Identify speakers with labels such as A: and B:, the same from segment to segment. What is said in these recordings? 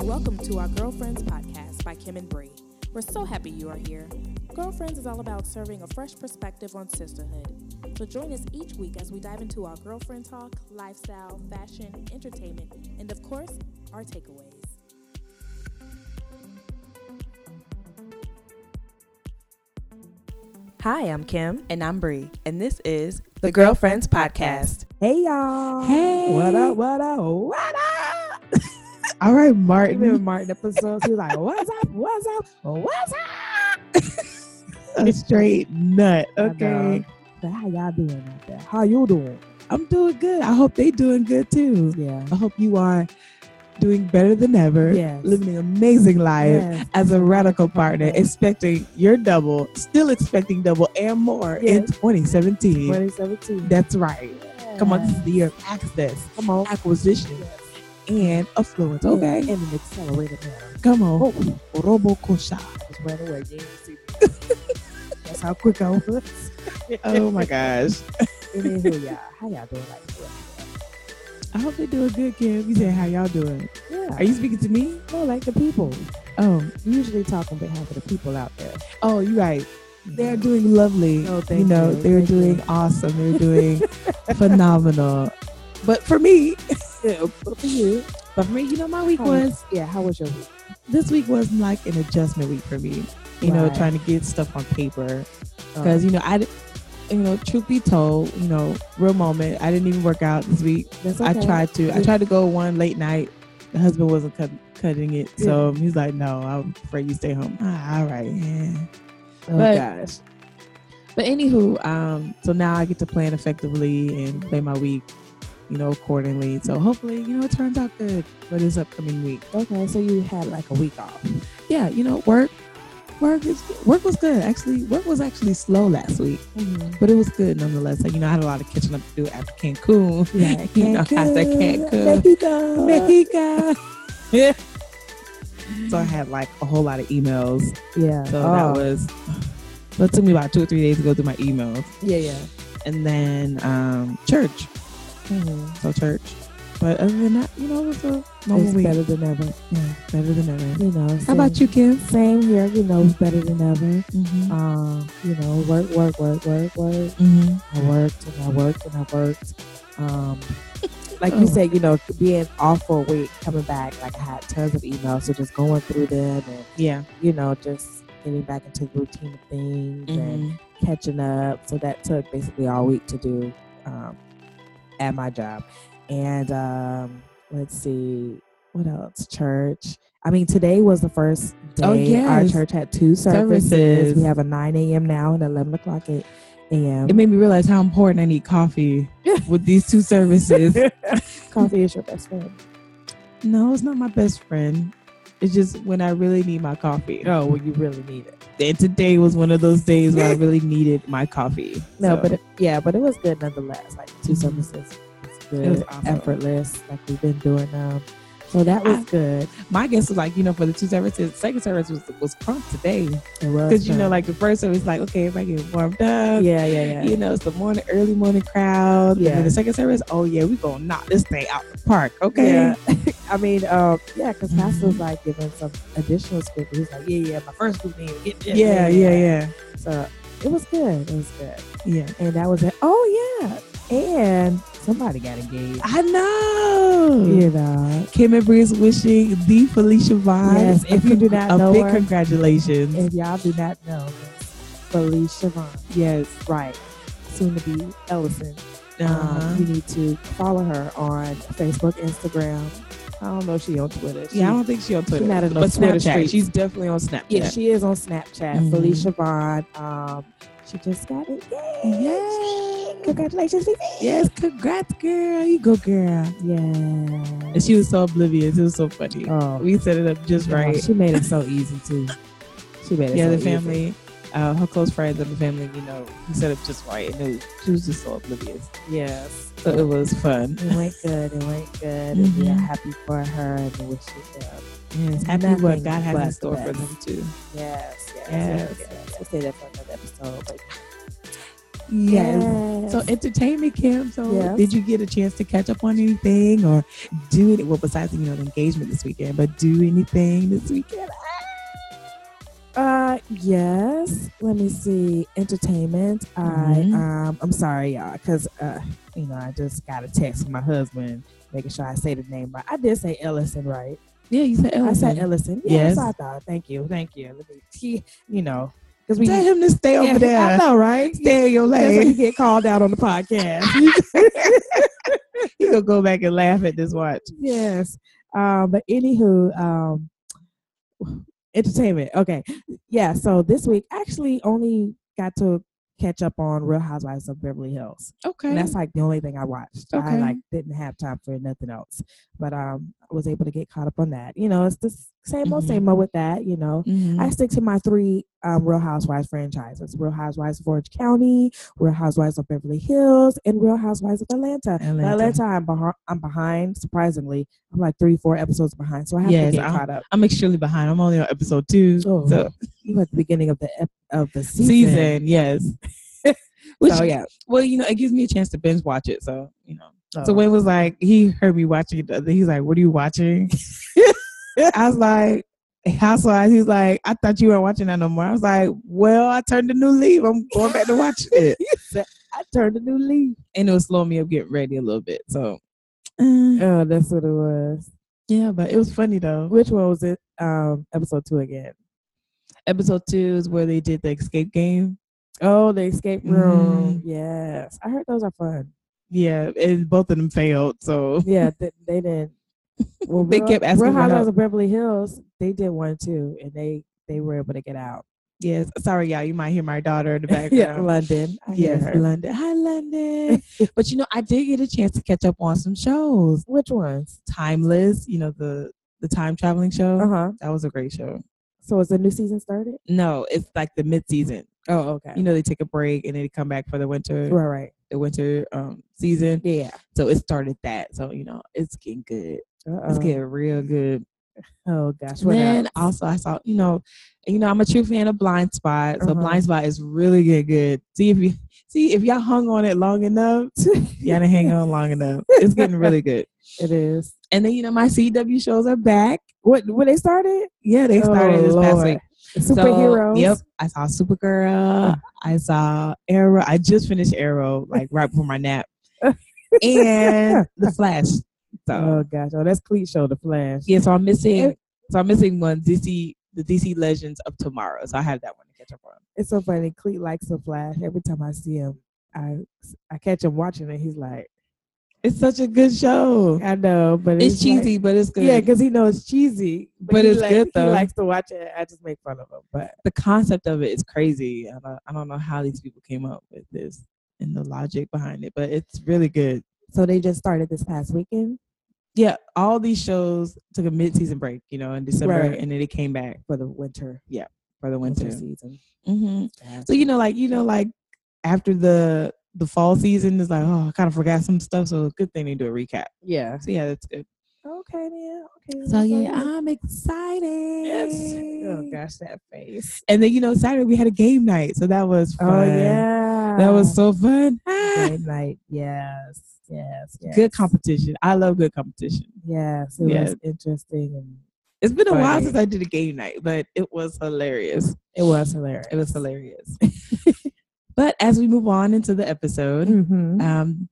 A: Welcome to our Girlfriends podcast by Kim and Bree. We're so happy you are here. Girlfriends is all about serving a fresh perspective on sisterhood. So join us each week as we dive into our girlfriend talk, lifestyle, fashion, entertainment, and of course, our takeaways. Hi, I'm Kim.
B: And I'm Bree, and this is
A: The Girlfriends Podcast.
B: Hey y'all.
C: Hey.
B: What up? What up? What up?
C: All right,
B: Remember
C: Martin.
B: Martin episodes? He was like, "What's up? What's up? What's up?"
C: a straight nut.
B: I know.
C: Okay.
B: But how y'all doing out there? How you doing?
C: I'm doing good. I hope they doing good too.
B: Yeah.
C: I hope you are doing better than ever.
B: Yes.
C: Living an amazing life
B: Yes.
C: as a radical partner,
B: Yes.
C: expecting your double, still expecting double and more in
B: Yes.
C: 2017.
B: 2017.
C: That's right. Come on, this
B: Yes.
C: is the year of access,
B: Come on.
C: acquisition, and affluence. Okay.
B: And an accelerated manner.
C: Come on.
B: Oh.
C: Robo Kosha.
B: Just ran away. You didn't see me. That's how quick I was.
C: Oh my gosh.
B: Anywho, y'all. How y'all doing? Like, what?
C: I hope they doing good, Kim. You said how y'all doing?
B: yeah.
C: Are you speaking to me?
B: No, like the people.
C: Oh,
B: We usually talk on behalf of the people out there.
C: oh, you right. They're doing lovely.
B: No,
C: you
B: Oh, thank
C: know,
B: you.
C: they're
B: Thank
C: doing
B: you.
C: awesome. They're doing phenomenal. But for me,
B: Yeah, but for you.
C: but for me, you know, my week
B: Oh.
C: was
B: Yeah, how was your week?
C: this week was like an adjustment week for me. You know,
B: Right.
C: trying to get stuff on paper because you know I, di- you know, truth be told, you know, real moment, I didn't even work out this week.
B: That's
C: I
B: okay.
C: tried to. I
B: Yeah.
C: tried to go one late night. The husband wasn't cut, cutting it, so he's like, "No, I'm afraid you stay home." Ah, all right. Yeah.
B: Oh,
C: But-
B: gosh.
C: But anywho, um, so now I get to plan effectively and play my week, you know, accordingly. So hopefully, you know, it turns out good for this upcoming week.
B: Okay, so you had like a week off.
C: Yeah, you know, work, work is work was good. Actually, work was actually slow last week, but it was good nonetheless. Like, you know, I had a lot of catching up to do after Cancun.
B: Yeah,
C: You know, I said Cancun.
B: Mexico,
C: Mexico. Yeah. So I had like a whole lot of emails.
B: Yeah.
C: So
B: oh.
C: that was. So it took me about two or three days to go through my emails,
B: Yeah, yeah.
C: and then um, church. so church. But other than that, you know, it was a normal
B: It's
C: week.
B: better than ever.
C: Yeah, better than ever.
B: You know.
C: How about you, Kim?
B: Same here. You know, it's better than ever.
C: Mm-hmm.
B: Um, you know, work, work, work, work, work.
C: Mm-hmm.
B: I worked and I worked and I worked. Um, like
C: Oh.
B: you said, you know, being off for a week, coming back, like I had tons of emails, so just going through them and
C: Yeah.
B: you know, just getting back into the routine of things and
C: Mm-hmm.
B: catching up. So that took basically all week to do um, at my job. And um, let's see, what else? Church. I mean, today was the first day.
C: Oh,
B: Our
C: yes.
B: church had two services.
C: Services.
B: We have a 9 a.m. now and 11 o'clock at a.m.
C: It made me realize how important I need coffee with these two services.
B: Coffee is your best friend.
C: no, it's not my best friend. It's just when I really need my coffee.
B: Oh, well, you really need it.
C: And today was one of those days where I really needed my coffee.
B: No,
C: So,
B: but it, yeah, but it was good nonetheless. Like 2
C: Mhm.
B: services, it's good,
C: was awesome.
B: effortless, like we've been doing them. So that was
C: I-
B: good.
C: my guess was like, you know, for the two services, second service was was prompt today
B: It was
C: because you know,
B: fun.
C: like the first service, like okay, if I get warmed up,
B: yeah, yeah, yeah.
C: you know, it's the morning, early morning crowd. Yeah.
B: Yeah.
C: And then the second service, oh yeah, we gonna knock this thing out the park. Okay.
B: Yeah. I mean, um, yeah, because
C: Mhm.
B: Pastor's like giving some additional scripture. He's like, yeah, yeah, my first group meeting. Yeah,
C: Yeah, yeah, yeah.
B: So it was good. It was good.
C: Yeah.
B: And that was it. Oh, yeah. And somebody got engaged.
C: I know.
B: You know,
C: Kim and Bree is wishing the Felicia Vines.
B: Yes, if you do not
C: a
B: know
C: big
B: her.
C: congratulations.
B: if y'all do not know, Miss Felicia Vaughn,
C: yes.
B: right, soon to be Ellison,
C: Uh-huh.
B: um, you need to follow her on Facebook, Instagram. I don't know if she on Twitter. She-
C: yeah, I don't think she's on Twitter.
B: not on no
C: but
B: Twitter
C: Snapchat.
B: streets.
C: She's definitely on Snapchat.
B: Yeah, she is on Snapchat.
C: Mhm.
B: Felicia Vaughn. Um, she just got it. Yay!
C: Yay!
B: Congratulations, Fifi.
C: yes, congrats, girl. You go, girl.
B: Yeah.
C: And she was so oblivious. It was so funny.
B: oh,
C: we set it up just
B: yeah,
C: right.
B: She made it so easy too. She made it.
C: yeah,
B: so
C: the family, uh, her close friends and the family, you know, he set up just right. And it was, she was just so oblivious.
B: Easy. Yes.
C: So it was fun.
B: It went good. It went good. And we are happy for her and we wish you well.
C: Yes, happy
B: Nothing
C: what God has
B: but
C: in store
B: the
C: for
B: best.
C: them too.
B: Yes. Yes.
C: Yes,
B: Yes. yes. I say that for another episode, but
C: Yes. So entertainment camp. So
B: Yes.
C: did you get a chance to catch up on anything or do it? Well, besides you know the engagement this weekend, but do anything this weekend?
B: Uh, yes. Let me see. Entertainment.
C: Mhm.
B: I um, I'm sorry, y'all, because uh, you know, I just got a text from my husband making sure I say the name right. I did say Ellison, right?
C: Yeah, you said
B: I said
C: Ellison.
B: Ellison.
C: Yes.
B: Yes, I thought. Thank you, thank you. Let me, he, you know, because we
C: Tell him to stay
B: Yeah,
C: over there.
B: I know, right?
C: Stay in your
B: That's when you
C: lane.
B: get called out on the podcast.
C: He gonna go back and laugh at this watch.
B: yes. Um, but anywho, um, entertainment. Okay, yeah. So this week, actually, only got to catch up on Real Housewives of Beverly Hills.
C: Okay.
B: And that's like the only thing I watched. I
C: Okay.
B: like didn't have time for nothing else, but um, I was able to get caught up on that. You know, it's the s- same old,
C: Mhm.
B: same old with that. You know,
C: Mhm.
B: I stick to my three um, Real Housewives franchises: Real Housewives of Orange County, Real Housewives of Beverly Hills, and Real Housewives of Atlanta. By
C: Atlanta.
B: Atlanta, I'm, behi- I'm behind. Surprisingly, I'm like three, four episodes behind, so I have
C: Yes,
B: to get
C: I'm-
B: caught up.
C: I'm extremely behind. I'm only on episode two.
B: Oh,
C: so
B: you at the beginning of the ep- of the season.
C: season, yes. Which,
B: so yeah.
C: well, you know, it gives me a chance to binge watch it. So, you know. So
B: So
C: when it was like he heard me watching it, the other- he's like, "What are you watching?" I was like, "Housewives." He's like, "I thought you weren't watching that no more." I was like, "Well, I turned a new leaf. I'm going back to watch it."
B: I turned a new leaf.
C: and it was slowing me up getting ready a little bit. So, uh,
B: Oh, that's what it was.
C: yeah, but it was funny though.
B: Which one was it? Um, episode two again.
C: Episode two is where they did the escape game.
B: Oh, the escape room.
C: Mm-hmm.
B: Yes, I heard those are fun.
C: Yeah, and both of them failed. So
B: Yeah, th- they didn't. Well,
C: They
B: Real-
C: kept asking
B: Real
C: for
B: Housewives
C: help.
B: of Beverly Hills. They did one too, and they they were able to get out.
C: yes, sorry y'all, you might hear my daughter in the background.
B: yeah, London. I hear
C: Yes,
B: her.
C: London. Hi, London. but you know, I did get a chance to catch up on some shows.
B: Which ones?
C: Timeless, you know, the the time traveling show.
B: Uh huh.
C: That was a great show.
B: So is the new season started?
C: No, it's like the mid season.
B: Oh, okay.
C: You know, they take a break and then they come back for the winter
B: right, right.
C: the winter um season.
B: Yeah.
C: So it started that. So, you know, it's getting good. It's
B: Uh-oh.
C: getting real good.
B: Oh gosh. What
C: Then
B: else?
C: also I saw, you know, you know, I'm a true fan of Blind Spot. So
B: Uh-huh.
C: Blind Spot is really getting good. See if you see if y'all hung on it long enough. y'all didn't hang on long enough. It's getting really good.
B: It is.
C: And then you know my CW shows are back.
B: What when they started?
C: Yeah, they started
B: Oh,
C: this past
B: Lord.
C: week. So,
B: Superheroes.
C: yep, I saw Supergirl. I saw Arrow. I just finished Arrow like right before my nap, and The Flash. So
B: Oh gosh. Oh, that's cliche. The Flash.
C: yeah, so I'm missing. So I'm missing one DC, the DC Legends of Tomorrow. So I have that one to catch up on.
B: It's so funny. Cleet likes the Flash. Every time I see him, I I catch him watching it. He's like,
C: It's such a good show.
B: I know, but
C: It's,
B: it's, like-
C: cheesy, but it's good.
B: yeah, because he knows it's cheesy,
C: But
B: he
C: it's
B: like-
C: good,
B: He
C: though.
B: likes to watch it. I just make fun of him. But
C: the concept of it is crazy. I don't, I don't know how these people came up with this and the logic behind it, but it's really good.
B: so they just started this past weekend
C: yeah, all these shows took a mid-season break, you know, in December,
B: Right.
C: and then it came back
B: for the winter
C: for the
B: winter,
C: winter.
B: season.
C: hmm
B: Mm-hmm.
C: So you know, like you know, like after the the fall season is like, oh, I kind of forgot some stuff, so good thing they do a recap.
B: yeah.
C: So yeah, that's good.
B: Okay, then. Okay.
C: So
B: that's all
C: yeah,
B: good.
C: I'm excited.
B: Oh gosh, that face.
C: And then you know, Saturday we had a game night, so that was fun.
B: Oh yeah,
C: that was so fun. Ah,
B: game night. Yes, yes, yes.
C: Good competition. I love good competition.
B: Yes, it
C: Yes.
B: was interesting and
C: It's been a while
B: Funny.
C: since I did a game night, but it was hilarious.
B: it was hilarious.
C: It was hilarious. but as we move on into the episode,
B: Mhm.
C: um,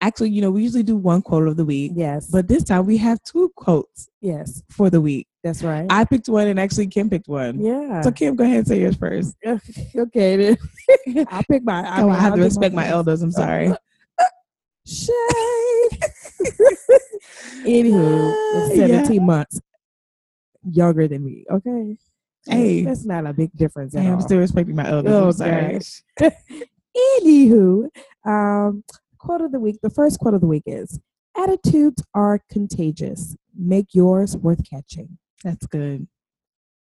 C: actually, you know, we usually do one quote of the week,
B: yes, but
C: but this time we have two quotes
B: yes,
C: for the week.
B: that's right.
C: I picked one, and actually, Kim picked one.
B: yeah.
C: So, Kim, go ahead and say yours first.
B: okay, then. I'll pick my. I,
C: oh,
B: mean,
C: I have
B: I'll
C: to
B: do
C: respect my
B: first.
C: elders. I'm sorry.
B: Shade. Anywho, it's
C: Yeah.
B: seventeen months younger than me. Okay.
C: Hey.
B: that's not a big difference at
C: Hey,
B: all.
C: I'm still respecting my elders.
B: Oh
C: I'm sorry.
B: gosh. Anywho, um, quote of the week. The first quote of the week is: "Attitudes are contagious. Make yours worth catching."
C: That's good.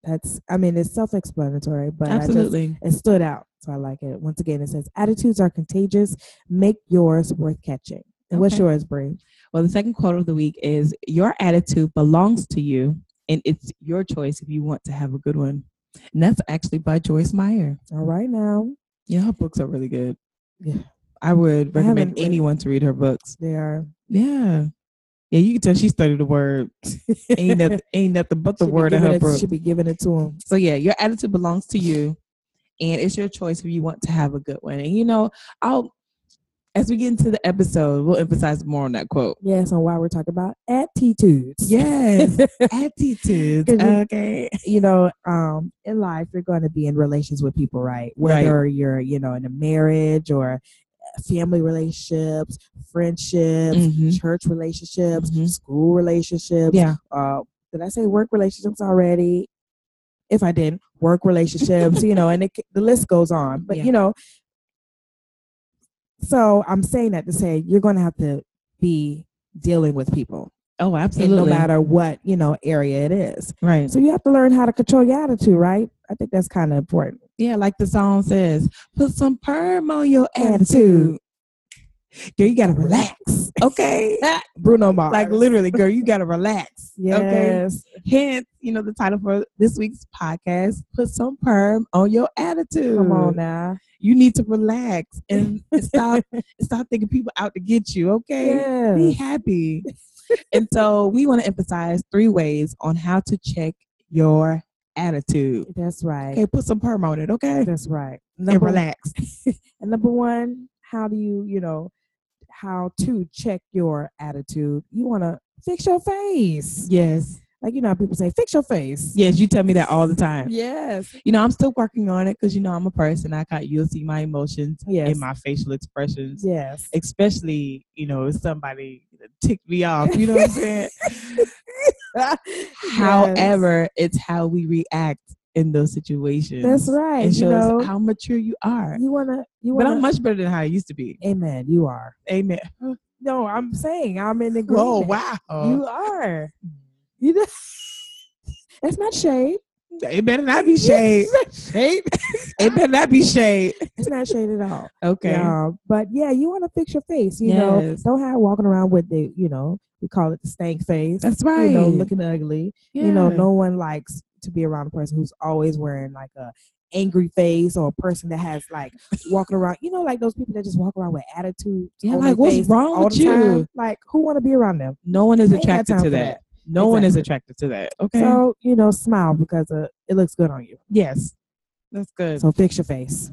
B: That's. I mean, it's self-explanatory, but I just-
C: Absolutely.
B: it stood out, so I like it. Once again, it says: "Attitudes are contagious. Make yours worth catching." And what's
C: Okay.
B: yours, Bree?
C: Well, the second quote of the week is Your attitude belongs to you, and it's your choice if you want to have a good one. And that's actually by Joyce Meyer.
B: All right now.
C: Yeah, her books are really good. I would
B: I haven't
C: recommend
B: read-
C: anyone to read her books.
B: They are
C: Yeah. Yeah, you can tell she studied the word. Ain't nothing, ain't nothing but the
B: She be
C: word in
B: giving
C: her
B: it-
C: book.
B: She be giving it to him.
C: So yeah, your attitude belongs to you, and it's your choice if you want to have a good one. And you know, I'll as we get into the episode, we'll emphasize more on that quote.
B: Yes, and why we're talking about attitudes.
C: Yes, attitudes.
B: 'Cause you-
C: Okay.
B: Eh, you know, um, in life, you're going to be in relations with people, right?
C: Right.
B: Whether you're, you know, in a marriage or family relationships, friendships,
C: Mhm.
B: church relationships,
C: Mhm.
B: school relationships.
C: Yeah.
B: Uh, did I say work relationships already? If I didn't, work relationships, you know, and it, c- the list goes on. But,
C: Yeah.
B: you know, so I'm saying that to say you're going to have to be dealing with people,
C: Oh,
B: and
C: absolutely.
B: no matter what, you know, area it is.
C: Right.
B: So you have to learn how to control your attitude, right? I think that's kind of important.
C: Yeah, like the song says, put some perm on your attitude.
B: Attitude. Girl, you gotta relax.
C: Okay.
B: Bruno Mars.
C: like literally, girl, you gotta relax. Okay.
B: Yes.
C: Hence, you know, the title for this week's podcast, put some perm on your attitude.
B: Come on now.
C: you need to relax and stop stop thinking people out to get you okay be
B: Yes.
C: happy and so we want to emphasize three ways on how to check your attitude
B: That's right.
C: okay put some perm on it okay
B: That's right.
C: and
B: Number
C: relax
B: and number one, how do you, you know, how to check your attitude? You wanna fix your face.
C: yes
B: Like you know how people say, fix your face.
C: yes you tell me that all the time
B: Yes.
C: you know i'm still working on it because you know i'm a person i can't you'll see my emotions
B: Yes.
C: in my facial expressions
B: Yes.
C: especially you know if somebody ticked me off you know what i'm saying However, it's how we react in those situations.
B: Yes. that's right.
C: It shows
B: you know,
C: how mature you are.
B: you wanna you
C: But
B: wanna
C: I'm much better than how I used to be.
B: Amen. You are.
C: Amen.
B: No, I'm saying I'm in agreement.
C: Whoa, wow.
B: You are. You know, that's not shade.
C: it better not be shade. shade. it better not be shade.
B: It's not shade at all.
C: Okay.
B: Yeah, but yeah, you want to fix your face. You know,
C: Yes.
B: don't have walking around with the, you know, we call it the stank face.
C: That's right.
B: You know, looking ugly.
C: yeah.
B: You know, no one likes to be around a person who's always wearing like a angry face or a person that has like walking around. You know, like those people that just walk around with attitude.
C: Yeah,
B: on
C: like,
B: their
C: what's
B: face
C: wrong
B: all
C: with
B: the time.
C: you?
B: Like, who want to be around them?
C: No one is
B: Ain't got
C: attracted
B: time
C: to
B: for
C: that. No one is attracted to that. Okay.
B: So you know, smile because uh, it looks good on you.
C: yes. That's good.
B: So fix your face.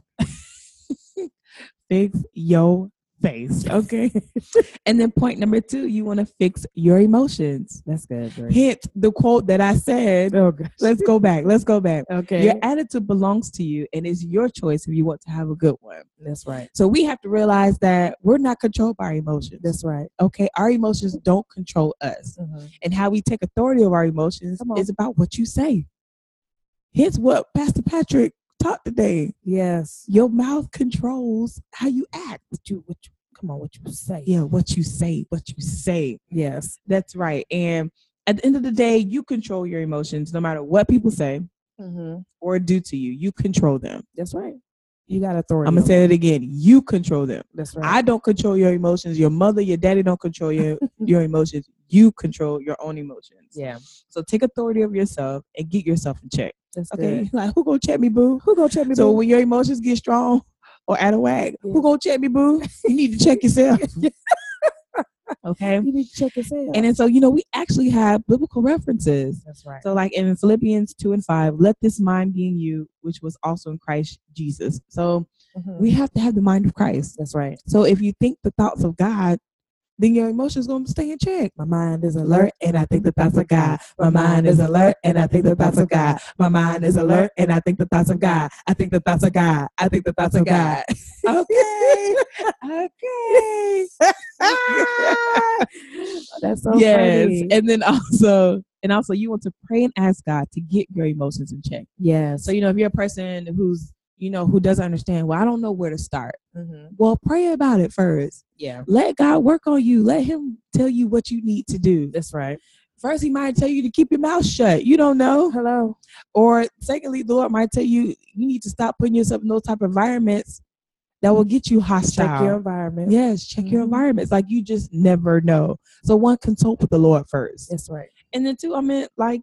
C: fix your face. Okay. and then point number two, you want to fix your emotions.
B: That's good. Dre.
C: Hint the quote that I said.
B: Oh gosh.
C: Let's go back. Let's go back.
B: Okay.
C: Your attitude belongs to you and it's your choice if you want to have a good one.
B: That's right.
C: So we have to realize that we're not controlled by our emotions.
B: That's right.
C: okay. Our emotions don't control us. And how we take authority of our emotions
B: Come on.
C: is about what you say. Here's what Pastor Patrick taught today.
B: Yes.
C: Your mouth controls how you act.
B: What you? What you? Come on. What you say?
C: Yeah, what you say, what you say.
B: Yes.
C: That's right. And at the end of the day, you control your emotions no matter what people say or do to you. You control them.
B: That's right. You got authority.
C: I'm going to
B: over
C: say
B: it.
C: it again. You control them.
B: That's right.
C: I don't control your emotions. Your mother, your daddy don't control your, your emotions. You control your own emotions.
B: yeah.
C: So take authority of yourself and get yourself in check.
B: That's
C: Okay.
B: okay.
C: Like, who going to check me, boo?
B: Who gonna check me?
C: So
B: boo?
C: when your emotions get strong or out of whack,
B: Yeah.
C: who going to check me, boo? You need to check yourself. okay.
B: you need to check this out.
C: And then so, you know, we actually have biblical references.
B: that's right.
C: So, like in Philippians 2 and 5, let this mind be in you, which was also in Christ Jesus. So,
B: Mhm.
C: we have to have the mind of Christ.
B: that's right.
C: So, if you think the thoughts of God, then your emotions going to stay in check.
B: My mind is
C: Alert, and I think the thoughts of God. My mind is alert, and I think the thoughts of God. My mind is alert, and I think the thoughts of God. I think the thoughts of God. I think the thoughts of God. Okay. okay.
B: that's so
C: yes.
B: funny.
C: And then also, and also, you want to pray and ask God to get your emotions in check.
B: Yes.
C: So you know, if you're a person who's you know who doesn't understand, well, I don't know where to start.
B: Mhm.
C: Well, pray about it first.
B: Yeah.
C: Let God work on you. Let Him tell you what you need to do.
B: That's right.
C: First, He might tell you to keep your mouth shut. You don't know.
B: Hello.
C: Or secondly, the Lord might tell you you need to stop putting yourself in those type of environments that will get you hostile.
B: Check your environment.
C: yes, check your
B: Mhm.
C: environments. Like you just never know. So one, consult with the Lord first,
B: That's right.
C: and then two, I meant like,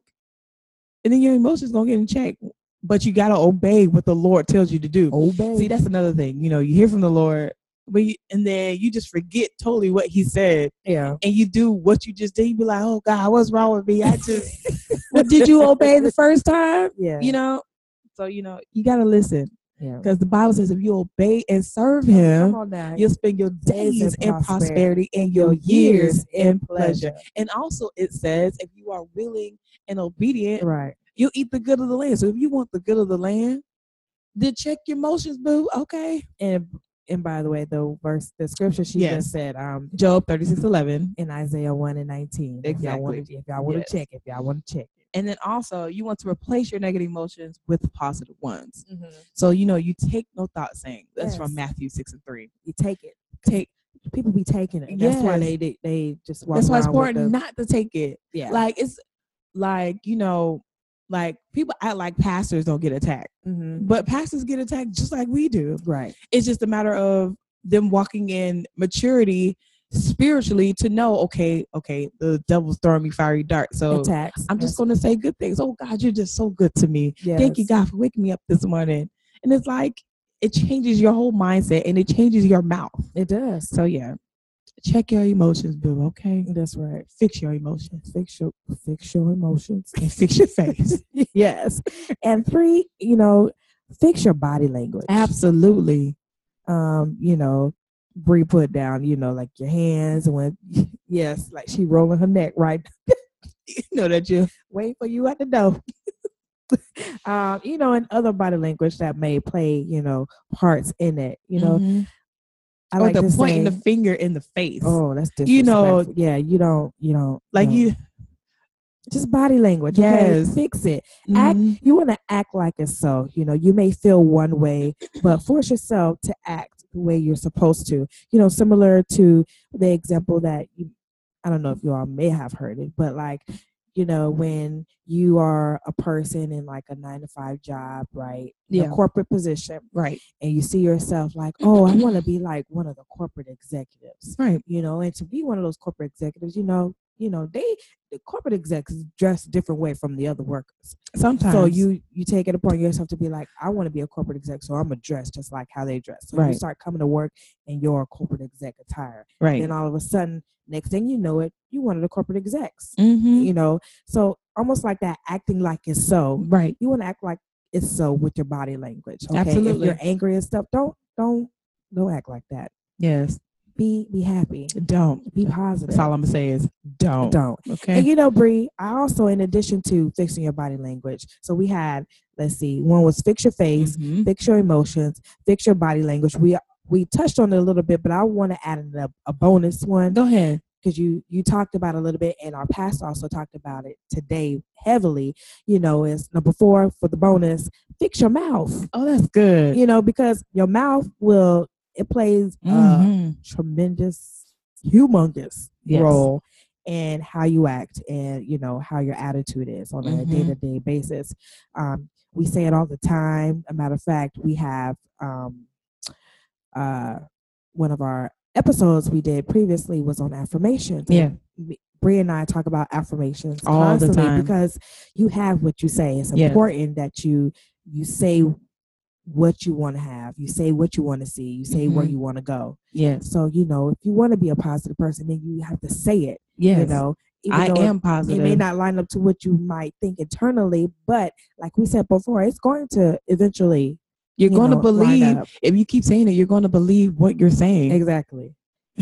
C: and then your emotions gonna get in check. But you gotta obey what the Lord tells you to do.
B: Obey.
C: Oh, See, that's another thing. You know, you hear from the Lord, but you, and then you just forget totally what he said,
B: Yeah.
C: and you do what you just did. You be like, "Oh God, what's wrong with me? I just,
B: well, did you obey the first time? Yeah.
C: you know." So you know, you gotta listen
B: yeah.
C: because the Bible says if you obey and serve Him,
B: Come on now.
C: You'll spend your
B: Days
C: days
B: in
C: in prosperity and your years in pleasure. And also, it says if you are willing and obedient,
B: Right.
C: you'll eat the good of the land. So if you want the good of the land, then check your emotions, boo. Okay.
B: And and by the way, the verse, the scripture she
C: Yes.
B: just said, um,
C: Job 3611.
B: in Isaiah one and nineteen. If y'all want
C: Exactly.
B: to, if y'all want to
C: Yes.
B: check, if y'all want to check.
C: And then also, you want to replace your negative emotions with positive ones.
B: Mm-hmm.
C: So, you know, you take no thought saying. That's from
B: Yes.
C: Matthew 6 and 3.
B: You take it. Take. People be taking it. That's why
C: Yes.
B: they they, they just walk
C: That's why it's
B: around with
C: important
B: the-
C: not to take it.
B: yeah.
C: Like, it's like, you know, like people act like pastors don't get attacked.
B: Mhm.
C: But pastors get attacked just like we do.
B: Right.
C: It's just a matter of them walking in maturity spiritually to know, okay, okay, the devil's throwing me fiery dart. So
B: Attacks.
C: I'm just going to say good things. Oh God, you're just so good to me.
B: Yes.
C: Thank you, God, for waking me up this morning. And it's like it changes your whole mindset and it changes your mouth.
B: It does.
C: So yeah, check your emotions, boo. Okay,
B: That's right.
C: fix your emotions
B: Fix your fix your emotions.
C: and fix your face.
B: yes. And three, you know, fix your body language.
C: Absolutely.
B: Um, you know, Bree put down, you know, like your hands when yes, like she rolling her neck right
C: You know that you.
B: wait for you at the door. um, you know, and other body language that may play, you know, parts in it. You know,
C: Mm-hmm.
B: I
C: or
B: like
C: Mm-hmm. Oh, the
B: to
C: pointing
B: say,
C: the finger in the face.
B: oh, that's disrespectful.
C: You know-
B: yeah, you don't, you don't
C: like
B: no.
C: you.
B: just body language. okay?
C: Yes.
B: fix it. Act-
C: Mhm.
B: you want to act like it's so you know you may feel one way but force yourself to act the way you're supposed to you know similar to the example that you i don't know if you all may have heard it but like you know when you are a person in like a nine to five job right in
C: Yeah.
B: a corporate position
C: Right.
B: and you see yourself like oh i want to be like one of the corporate executives
C: Right.
B: you know and to be one of those corporate executives you know you know they the corporate execs dress a different way from the other workers
C: Sometimes.
B: so you you take it upon yourself to be like, I want to be a corporate exec, so I'm gonna dress just like how they dress. So you
C: Right.
B: start coming to work in your corporate exec attire.
C: right.
B: Then all of a sudden, next thing you know it, you one of the corporate execs.
C: mm-hmm.
B: You know, so almost like that acting like it's so.
C: Right.
B: You want to act like it's so with your body language. Okay? If
C: Absolutely.
B: you're angry and stuff, don't don't don't act like that.
C: Yes.
B: Be be happy.
C: Don't.
B: Be positive.
C: That's all I'm gonna say is don't.
B: Don't.
C: Okay.
B: And you know, Bree, I also, in addition to fixing your body language, so we had, let's see, one was fix your face,
C: Mhm.
B: fix your emotions, fix your body language. We we touched on it a little bit, but I want to add a, a bonus one
C: Go ahead.
B: because you you talked about it a little bit, and our pastor also talked about it today heavily. You know, is number four for the bonus, fix your mouth.
C: Oh, that's good.
B: You know, because your mouth will it plays uh, a
C: Mhm.
B: tremendous, humongous
C: Yes.
B: role and how you act and you know how your attitude is on a
C: Mhm.
B: day-to-day basis um, we say it all the time a matter of fact we have um, uh, one of our episodes we did previously was on affirmations and
C: Yeah.
B: Bree and I talk about affirmations
C: All the
B: constantly
C: time.
B: because you have what you say. It's
C: Yes.
B: important that you you say what you want to have. You say what you want to see. You say where
C: Mhm.
B: you want to go.
C: Yes.
B: So you know, if you want to be a positive person, then you have to say it.
C: Yes.
B: You know, even
C: I
B: though
C: am
B: It,
C: positive.
B: it may not line up to what you might think internally, but like we said before, it's going to eventually.
C: you're
B: you
C: going to
B: know, line
C: believe
B: up.
C: if you keep saying it. You're going to believe what you're saying.
B: exactly.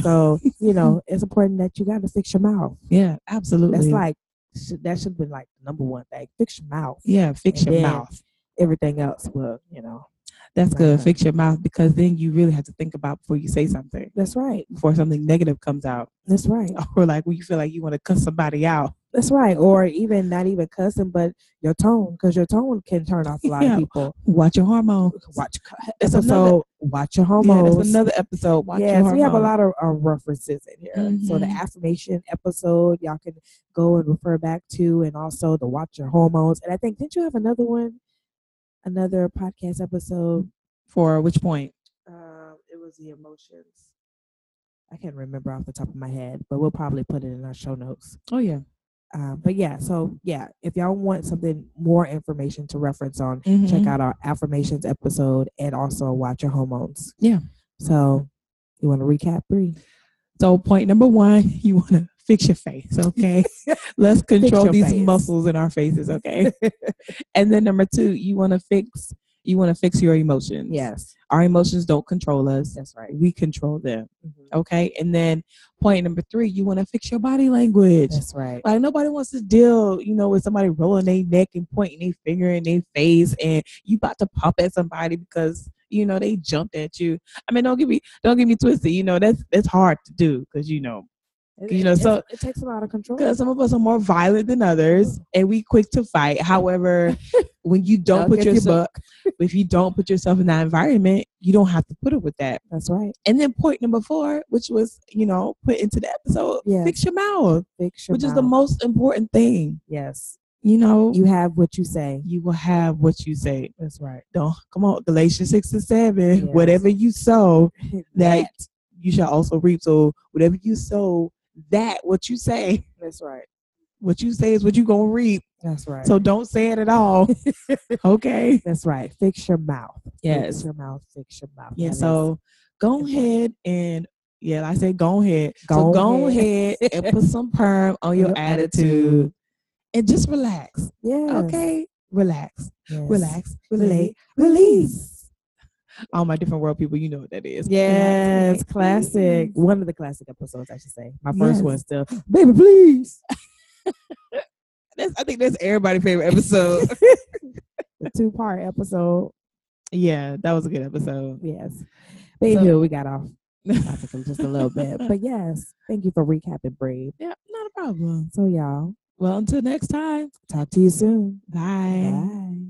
B: So you know, it's important that you got to fix your mouth.
C: Yeah. Absolutely.
B: That's like should, that should be like the number one thing. Fix your mouth.
C: yeah. Fix
B: and
C: your
B: then-
C: mouth.
B: Everything else will, you know.
C: That's good.
B: Right.
C: Fix your mouth because then you really have to think about before you say something.
B: That's right.
C: Before something negative comes out,
B: That's right.
C: or like when you feel like you want to cuss somebody out.
B: That's right. Or even not even cussing, but your tone, because your tone can turn off a lot
C: Yeah.
B: of people.
C: Watch your hormones.
B: Watch
C: It's
B: episode.
C: another-
B: watch your
C: Yeah,
B: homos.
C: that's another episode. Watch
B: yes,
C: your
B: we have a
C: hormones.
B: lot of Mm-hmm. uh, references in here. So the
C: Mhm.
B: affirmation episode, y'all can go and refer back to, and also the watch your hormones. And I think didn't you have another one, another podcast episode?
C: for which point.
B: Um, it was the emotions. I can't remember off the top of my head, but we'll probably put it in our show notes.
C: Oh yeah.
B: Um, but yeah, so yeah, if y'all want something more information to reference on, check
C: Mhm.
B: out our affirmations episode and also watch your hormones.
C: Yeah.
B: So You want to recap, Bree?
C: So point number one, you want to fix your face, okay? Let's control
B: your
C: these
B: face.
C: muscles in our faces, okay? and then number two, you want to fix you want to fix your emotions.
B: Yes,
C: Our emotions don't control us.
B: that's right.
C: We control them.
B: Mhm.
C: Okay. And then point number three, you want to fix your body language.
B: That's right.
C: Like nobody wants to deal, you know, with somebody rolling their neck and pointing their finger in their face, and you about to pop at somebody because you know they jumped at you. I mean, don't get me don't get me twisted. You know that's that's hard to do because you know
B: It-
C: you know,
B: it's-
C: so-
B: it takes a lot of control.
C: because some of us are more violent than others, and we quick to fight. However, when you don't
B: I'll
C: put
B: get your
C: yourself if you don't put yourself in that environment, you don't have to put up with that.
B: That's right.
C: And then point number four, which was you know put into the episode,
B: Yes.
C: fix your mouth,
B: Fix your
C: which is the
B: mouth.
C: most important thing.
B: Yes,
C: You know,
B: you have what you say.
C: you will have what you say.
B: That's right.
C: Don't come on, Galatians six and seven.
B: Yes.
C: Whatever you sow, that you shall also reap. So whatever you sow, that what you say,
B: That's right.
C: what you say is what you gonna reap.
B: That's right.
C: So don't say it at all. okay.
B: that's right. Fix your mouth.
C: Yes.
B: Fix your mouth. Fix your mouth.
C: Yeah.
B: That is-
C: So go ahead and yeah, like I said go ahead. so
B: Go
C: go ahead
B: ahead.
C: and put some perm on your,
B: Your
C: attitude.
B: attitude.
C: and just relax.
B: yes.
C: Okay. Relax.
B: Yes.
C: Relax. Relate.
B: Relate.
C: Release. All my different world people, you know what that is.
B: Yes,
C: Relax.
B: classic.
C: Release.
B: One of the classic episodes, I should say. My first
C: Yes.
B: one still. Baby, please.
C: That's, I think that's everybody's favorite episode.
B: The two part episode.
C: yeah, that was a good episode.
B: Yes. Baby,
C: So-
B: we got off topic in just a little bit. But yes, thank you for recapping, Brave.
C: Yeah, not a problem.
B: So, y'all,
C: Well, until next time.
B: talk to you soon.
C: Bye.
B: Bye.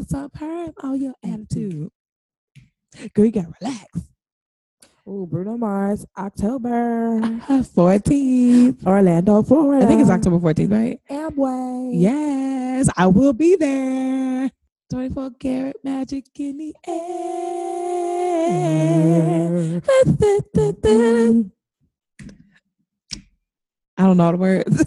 C: Put some perm on your attitude. Girl, you gotta relax.
B: Ooh, Bruno Mars, October,
C: 14th.
B: Orlando, Florida.
C: I think it's October 14th, right?
B: Amway.
C: Yes, I will be there. 24 karat magic in the air. I don't know all the words.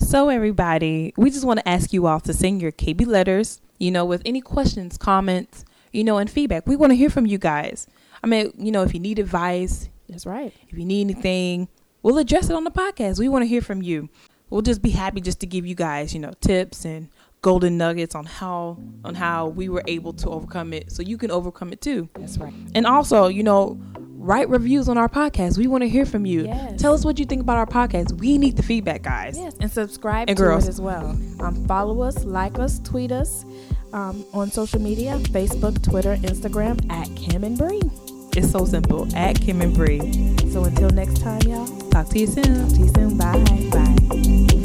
A: So, everybody, we just want to ask you all to send your KB letters, you know, with any questions, comments, you know, and feedback. We want to hear from you guys. I mean, you know, if you need advice,
B: That's right.
A: if you need anything, we'll address it on the podcast. We want to hear from you. We'll just be happy just to give you guys, you know, tips and golden nuggets on how on how we were able to overcome it so you can overcome it too.
B: That's right.
A: And also, you know, write reviews on our podcast. We want to hear from you.
B: Yes.
A: Tell us what you think about our podcast. We need the feedback, guys.
D: Yes, and subscribe
A: And
D: to
A: girls.
D: it as well. Um, follow us, like us, tweet us um, on social media Facebook, Twitter, Instagram at Kim and Bree.
A: It's so simple. At Kim and Bree.
D: So until next time, y'all,
A: Talk to you soon.
D: see you soon. Bye. Bye.